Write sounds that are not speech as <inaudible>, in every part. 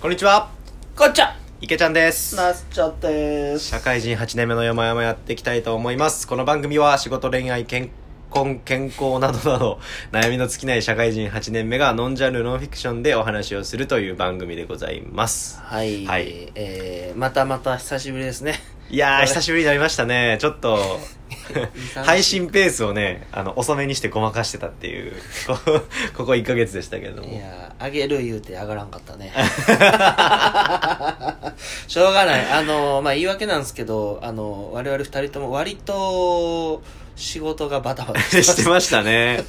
こんにちはこっちゃ池ちゃんですなっちゃって社会人8年目の山々やっていきたいと思いますこの番組は仕事恋愛健婚健康などなど悩みの尽きない社会人8年目がノンジャンルノンフィクションでお話をするという番組でございますはい、はいえー、またまた久しぶりですねいやこーれ久しぶりになりましたねちょっと <laughs> <laughs> 23配信ペースをねあの遅めにしてごまかしてたっていうこここ1ヶ月でしたけれどいもやーあげる言うて上がらんかったね <laughs> しょうがないあのーまあ言い訳なんですけどあのー我々二人とも割と仕事がバタバタしてまし <laughs> てましすたね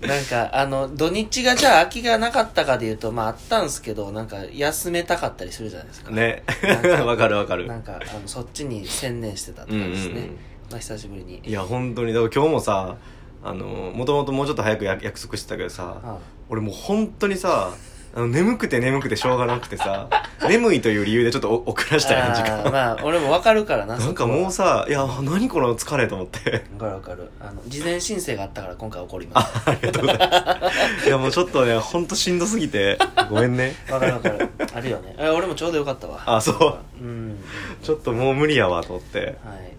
なんかあの土日がじゃあ空きがなかったかで言うとまああったんですけどなんか休めたかったりするじゃないですかねなんか <laughs> わかるわかるなんかあのそっちに専念してたって感じですね、うんうんうんまあ久しぶりにいや本当にだから今日もさあのもともともうちょっと早くや約束してたけどさ、あ俺もう本当にさあの眠くて眠くてしょうがなくてさ <laughs> 眠いという理由でちょっとお遅らしたやん時あー間まあ俺もわかるからな <laughs> なんかそこはもうさ「いや何この疲れ」と思って <laughs> わかるわかるあの事前申請があったから今回怒りますありがとうございますいやもうちょっとね本当しんどすぎてごめんねわかるわかるあるよねえ俺もちょうどよかったわあそううんちょっともう無理やわと思ってはい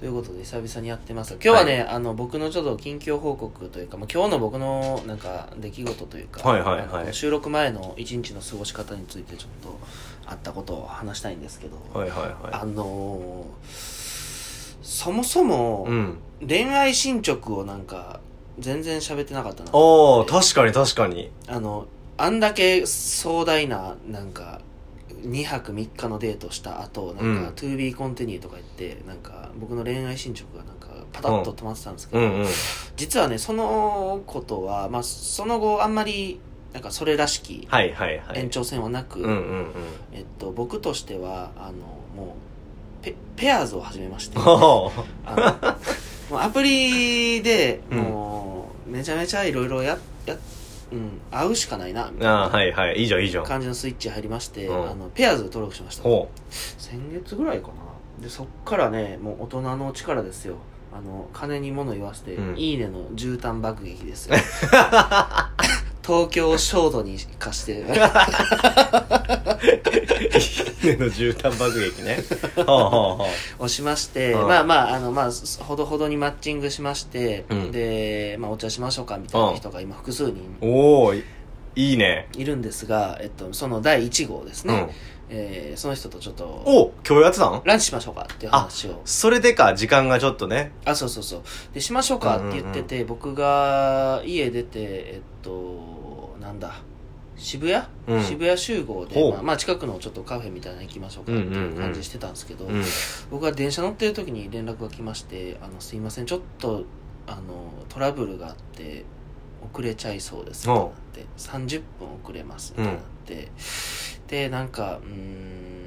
ということで久々にやってます今日はね、あの僕のちょっと近況報告というか、まあ、今日の僕のなんか出来事というか、はいはいはいあの収録前の一日の過ごし方についてちょっとあったことを話したいんですけど、はいはいあはのーそもそもい、うん恋愛進捗をなんか全然喋ってなかったなあー確かに確かにあのあんだけ壮大ななんか2泊3日のデートした後なんか、うん To be continue とか言ってなんか僕の恋愛進捗がなんかパタッと止まってたんですけうど、んうん実はねそのことは、まあ、その後あんまりなんかそれらしきはいはいはい延長戦はなく、うんうんうんえっと、僕としてはあのもうペペアーズを始め <laughs> ましておーあのもうアプリでうんもうめちゃめちゃいろいろやや、うん、会うしかないなみたいあなあはいはいいいじゃんいいじゃん感じのスイッチ入りまして、うんあのペアーズ登録しましたほ先月ぐらいかなでそっからねもう大人の力ですよあの金に物言わせて「うんいいね」の絨毯爆撃です <laughs> よ東京を焦土に <laughs> 化してう <laughs> いいねの絨毯爆撃 <laughs> ねほうほうほをしまして、うんまあまあ、あの、まあ、そほどほどにマッチングしまして、うんで、まあ、お茶しましょうかみたいな人が今複数人うおおいいいねいるんですが、えっと、その第1号ですうね、んえーその人とちょっと、お今日やってたんランチしましょうかっていう話を。それでか時間がちょっとねあ、そうそうそう。で、しましょうかって言ってて、僕が家出て、えっと、なんだ、渋谷、うん渋谷集合でほ、うまあ、まあ近くのちょっとカフェみたいなの行きましょうかっていう感じしてたんですけど、うん僕が電車乗ってる時に連絡が来まして「あのすいませんちょっとあのトラブルがあって遅れちゃいそうです」ってなって「30分遅れます」ってなって、でなんかうーん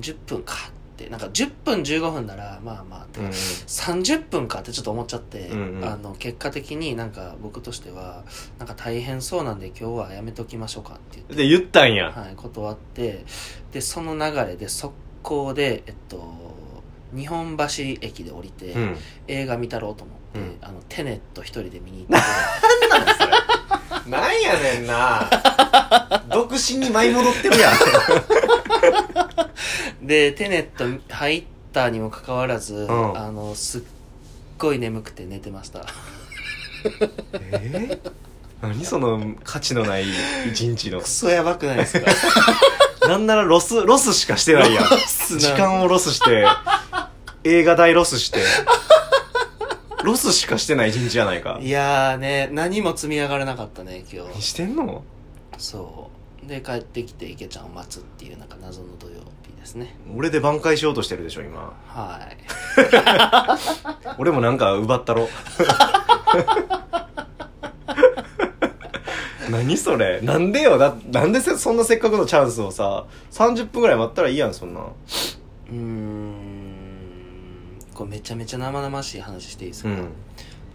30分かってなんか10分15分ならまあまあって、うん30分かってちょっと思っちゃって、うんうんあの結果的になんか僕としてはなんか大変そうなんで今日はやめときましょうかって言ってで言ったんやはい、断ってでその流れで速攻で、えっと、日本橋駅で降りて、うん映画見たろうと思って、うんあのテネット一人で見に行ってなんやねん <laughs> な独身に舞い戻ってるやん <laughs> でテネット入ったにもかかわらず、んあのすっごい眠くて寝てましたえー何その価値のない一日のクソやばくないですかなんならロスロスしかしてないやん時間をロスして映画代ロスしてロスしかしてない一日じゃないか <laughs> いやーね何も積み上がらなかったね今何日してんのそうで帰ってきて池ちゃんを待つっていうなんか謎の土曜日ですね俺で挽回しようとしてるでしょ今はい俺もなんか奪った <laughs> ろ何それなんでよだなんでせそんなせっかくのチャンスをさ30分ぐらい待ったらいいやんそんなうーんこれめちゃめちゃ生々しい話していいですか、うん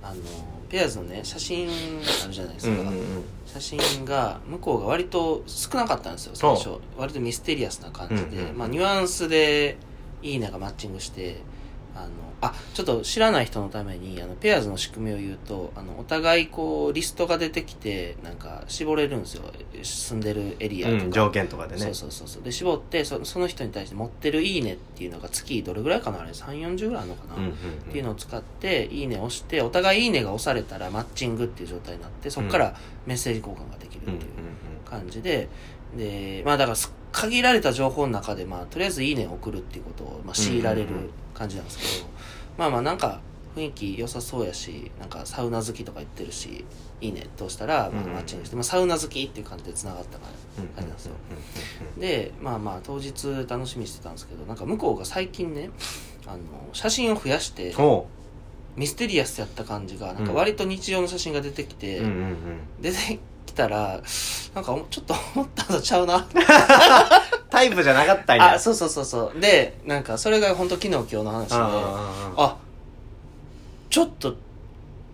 あのペアーズのね写真あるじゃないですうか、んうんうん写真が向こうが割と少なかったんですよ最初割とミステリアスな感じで、うんうんまあ、ニュアンスでいいねがマッチングしてあのあちょっと知らない人のためにあのペアーズの仕組みを言うとあのお互いこうリストが出てきてなんか絞れるんですよ住んでるエリアとか、うん、条件とかでねそうそうそうそうで絞ってそその人に対して持ってる「いいね」っていうのが月どれぐらいかなあれ3 4 0ぐらいあるのかな、うんうんうんっていうのを使って「いいね」を押してお互い「いいね」が押されたらマッチングっていう状態になってそこからメッセージ交換ができるってうんいううん感じででまあだからす限られた情報の中で、まあ、とりあえず「いいね」を送るっていうことを、まあ、強いられるうんうんうん感じなんですけど、まあまあなんか雰囲気良さそうやしなんかサウナ好きとか言ってるし「いいね」としたら、まあ、うんうんマッチングして、まあ、サウナ好きっていう感じでつながったからうんうんあれなんですようんうんうんでまあまあ当日楽しみにしてたんですけどなんか向こうが最近ねあの写真を増やしてほミステリアスやった感じがなんかうん割と日常の写真が出てきうて、うんうんうん出てきたらなんかちょっと思ったのちゃうなタイプじゃなかったんやあそうそうそうそうでなんかそれが本当昨日今日の話であああちょっと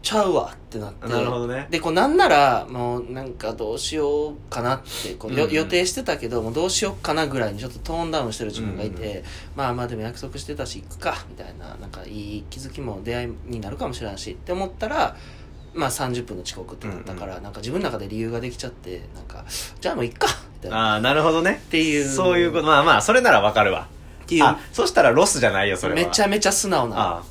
ちゃうわってなってなるほどねでこうなんならもうなんかどうしようかなってこうようんうん予定してたけどもうどうしようかなぐらいにちょっとトーンダウンしてる自分がいて、うんまあまあでも約束してたし行くかみたいななんかいい気づきも出会いになるかもしれんしって思ったら。まあ30分の遅刻ってなったから、なんか自分の中で理由ができちゃってなんかじゃあもう行っかみたいなっああなるほどねていうそういうことまあまあそれならわかるわっていうあそしたらロスじゃないよそれはめちゃめちゃ素直なああ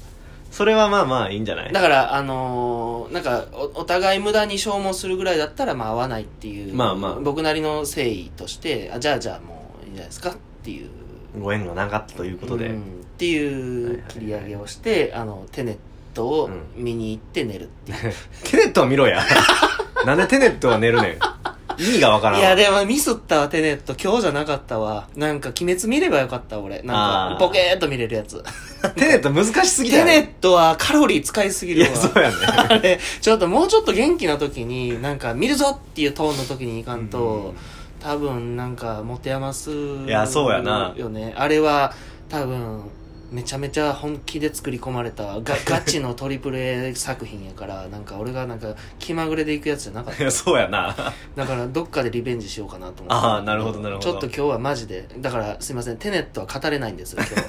それはまあまあいいんじゃないだから、あのーなんかお、お互い無駄に消耗するぐらいだったら、まあ、合わないっていう、まあまあ僕なりの誠意として、あじゃあ、じゃあ、もういいんじゃないですかっていう、ご縁がなかったということで、うんってはいいはうい切り上げをして、あの、テネットを見に行って寝るっていう。テネットは見ろや <laughs> なんでテネットは寝るねん意味がわからんいわや、でもミスったわ、テネット。今日じゃなかったわ。なんか、鬼滅見ればよかった、俺。なあんーか、ボケーっと見れるやつ。テネット難しすぎだテよネットはカロリー使いすぎいるわ。やそうやね <laughs> あれ、ちょっともうちょっと元気な時に、なんか見るぞっていうトーンの時にいかんと、多分なんか持て余す、いやそうやなよね。あれは、多分、めちゃめちゃ本気で作り込まれ <laughs> たガガチのトリプル A 作品やから、なんか俺がなんか気まぐれで行くやつじゃなかっい <laughs> た。やそうやなだからどっかでリベンジしようかなと思って。あーなるほどなるほどちょっと今日はマジで、だからすいません、テネットは語れないんですよ、今日。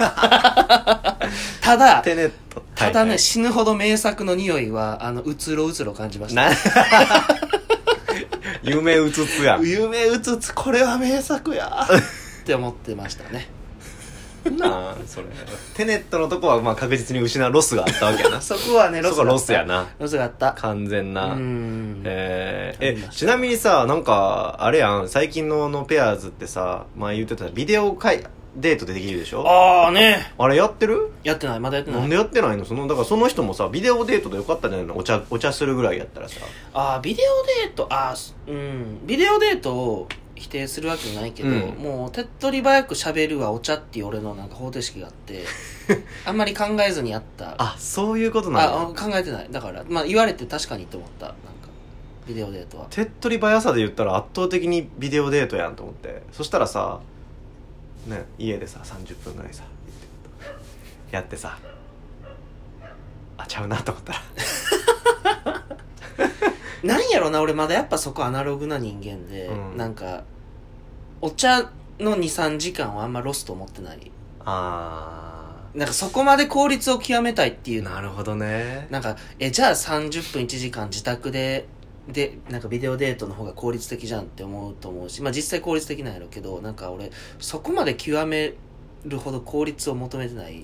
た <laughs> だ、テネットただね、はいはい死ぬほど名作の匂いは、あの、うつろうつろ感じました。な <laughs> 夢うつつやん夢うつつ、これは名作やって思ってましたね。なあそれテネットのとこはまあ確実に失うロスがあったわけ <laughs> やなそこはね、ロそスこがあった。ロスや。なロスがあった。完全うな、ん。えありーまえしちたなみにさなんかあれやん最近のあのペアーズってさ前言ってたビデオ会デートでできるでしょああね。あれやってるやってない、まだやってな。ないんでやってないのそのだからその人もさビデオデートでよかったんじゃないのお茶お茶するぐらいやったらさああ、ビデオデート、ああ、すうん。ビデオデートを否定するわけじゃないけど、うんもう、手っ取り早く喋るはお茶っていう俺のなんか方程式があ <laughs> って、あんまり考えずにやった。あそういうことなあのあ考えてない。だから、まあ言われて確かにと思った。なんか、ビデオデートは。手っ取り早さで言ったら圧倒的にビデオデートやんと思ってそしたらさ、ね、家でさ30分ぐらいさやってさあちゃうなと思ったらなんやろな俺まだやっぱそこアナログな人間で、うんなんかお茶の23時間はあんまロスと思ってない <laughs> あなんかそこまで効率を極めたいっていーうなるほどねなんかえじゃあ30分1時間自宅ででなんかビデオデートの方が効率的じゃんって思うと思うしまあ実際効率的なんやろうけどなんか俺そこまで極めるほど効率を求めてない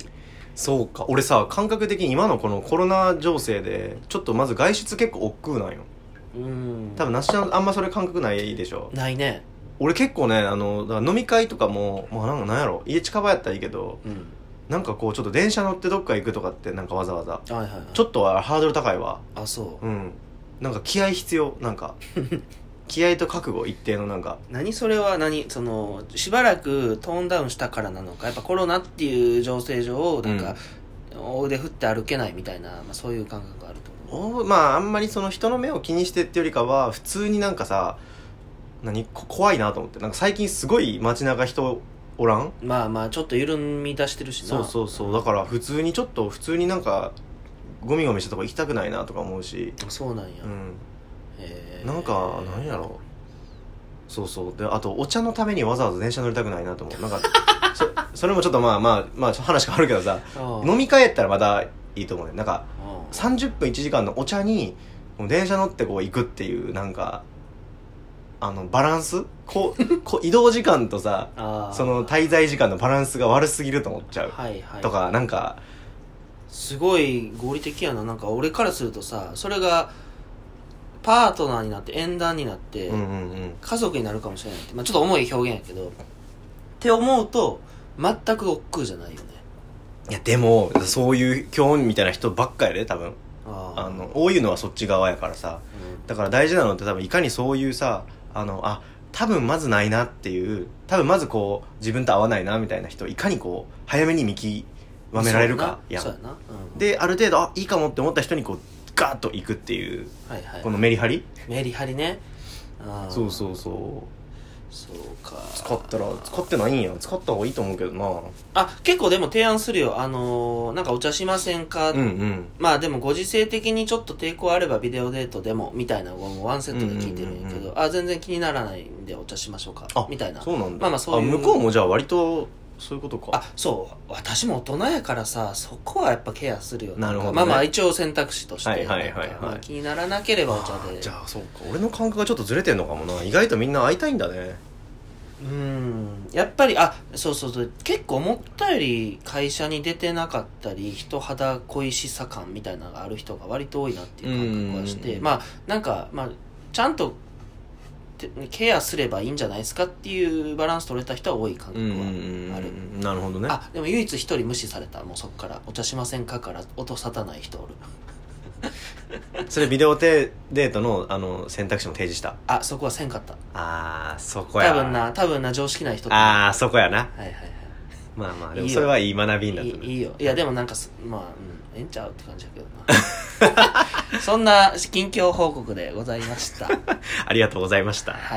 そうか俺さ感覚的に今のこのコロナ情勢でちょっとまず外出結構億劫なんようん多分なしちゃんあんまそれ感覚ないでしょないね俺結構ねあのだから飲み会とかも、まあ、なんかなんやろ家近場やったらいいけどうんなんかこうちょっと電車乗ってどっか行くとかってなんかわざわざはいはい、はい、ちょっとはハードル高いわあそううんなんか気合必要なん <laughs> か気合と覚悟一定のなんか何それは何そのしばらくトーンダウンしたからなのかやっぱコロナっていう情勢上なんか、腕振って歩けないみたいな、まあ、そういう感覚があると思おまああんまりその人の目を気にしてってよりかは普通になんかさ何こ怖いなと思ってなんか最近すごい街中人おらんうまあまあちょっと緩み出してるしなそうそうそうだから普通にちょっと普通になんかゴミゴミしたとこ行きたくないなとか思うしそうなんや、うんへーなんかなんやろそうそうであとお茶のためにわざわざ電車乗りたくないなと思うなんかそそれ <laughs> もちょっとまあまあまあちょっと話変わるけどさうん飲み会やったらまだいいと思うねなんかうん30分1時間のお茶にもう電車乗ってこう行くっていうなんかあのバランスこ <laughs> うこう移動時間とさあーその滞在時間のバランスが悪すぎると思っちゃうはいはいとかなんかすごい合理的やななんか俺からするとさそれがパートナーになって縁談になって、うんうんうん家族になるかもしれないって、まあ、ちょっと重い表現やけどって思うと全く億劫じゃないよねいやでもそういう興味みたいな人ばっかやで多分あーあの多いのはそっち側やからさうだから大事なのって多分いかにそういうさあのあ多分まずないなっていう多分まずこう自分と合わないなみたいな人をいかにこう早めに見極んめられるかやんそうやなそうやな、うん、である程度あいいかもって思った人にこうガーッと行くっていうはいはい、このメリハリメリハリねあーそうそうそうそうか使ったら使ってないんや使った方がいいと思うけどなあ結構でも提案するよあのーなんかお茶しませんか、うんうんまあでもご時世的にちょっと抵抗あればビデオデートでもみたいなのをワンセットで聞いてるんやけうど、んうんうあ全然気にならないんでお茶しましょうかあみたいなそうなんだまあまあそういう向こうもじゃあ割とそういうことかあそう私も大人やからさそこはやっぱケアするよなるほどねまあまあ一応選択肢としてはいはいはいはいなんかまあ気にならなければお茶でじゃあそうか俺の感覚がちょっとずれてんのかもな意外とみんな会いたいんだねうんやっぱりあそうそうそう結構思ったより会社に出てなかったり人肌恋しさ感みたいなのがある人が割と多いなっていう感覚はうしんうんてうんまあなんか、まあ、ちゃんとてケアすればいいんじゃないですかっていうバランス取れた人は多い感覚はあるなるほどねあでも唯一一人無視されたもうそっから「お茶しませんか?」から音沙汰ない人おるそれビデオデートのあの選択肢も提示したあそこはせんかったあーそこや多分な多分な常識ない人はあーそこやないはいはいまあまあでもいいよそれはいい学びになっいたいないいよいやでもなんかすまあ、うん、ええんちゃうって感じだけど <laughs> なそんな近況報告でございましたありがとうございました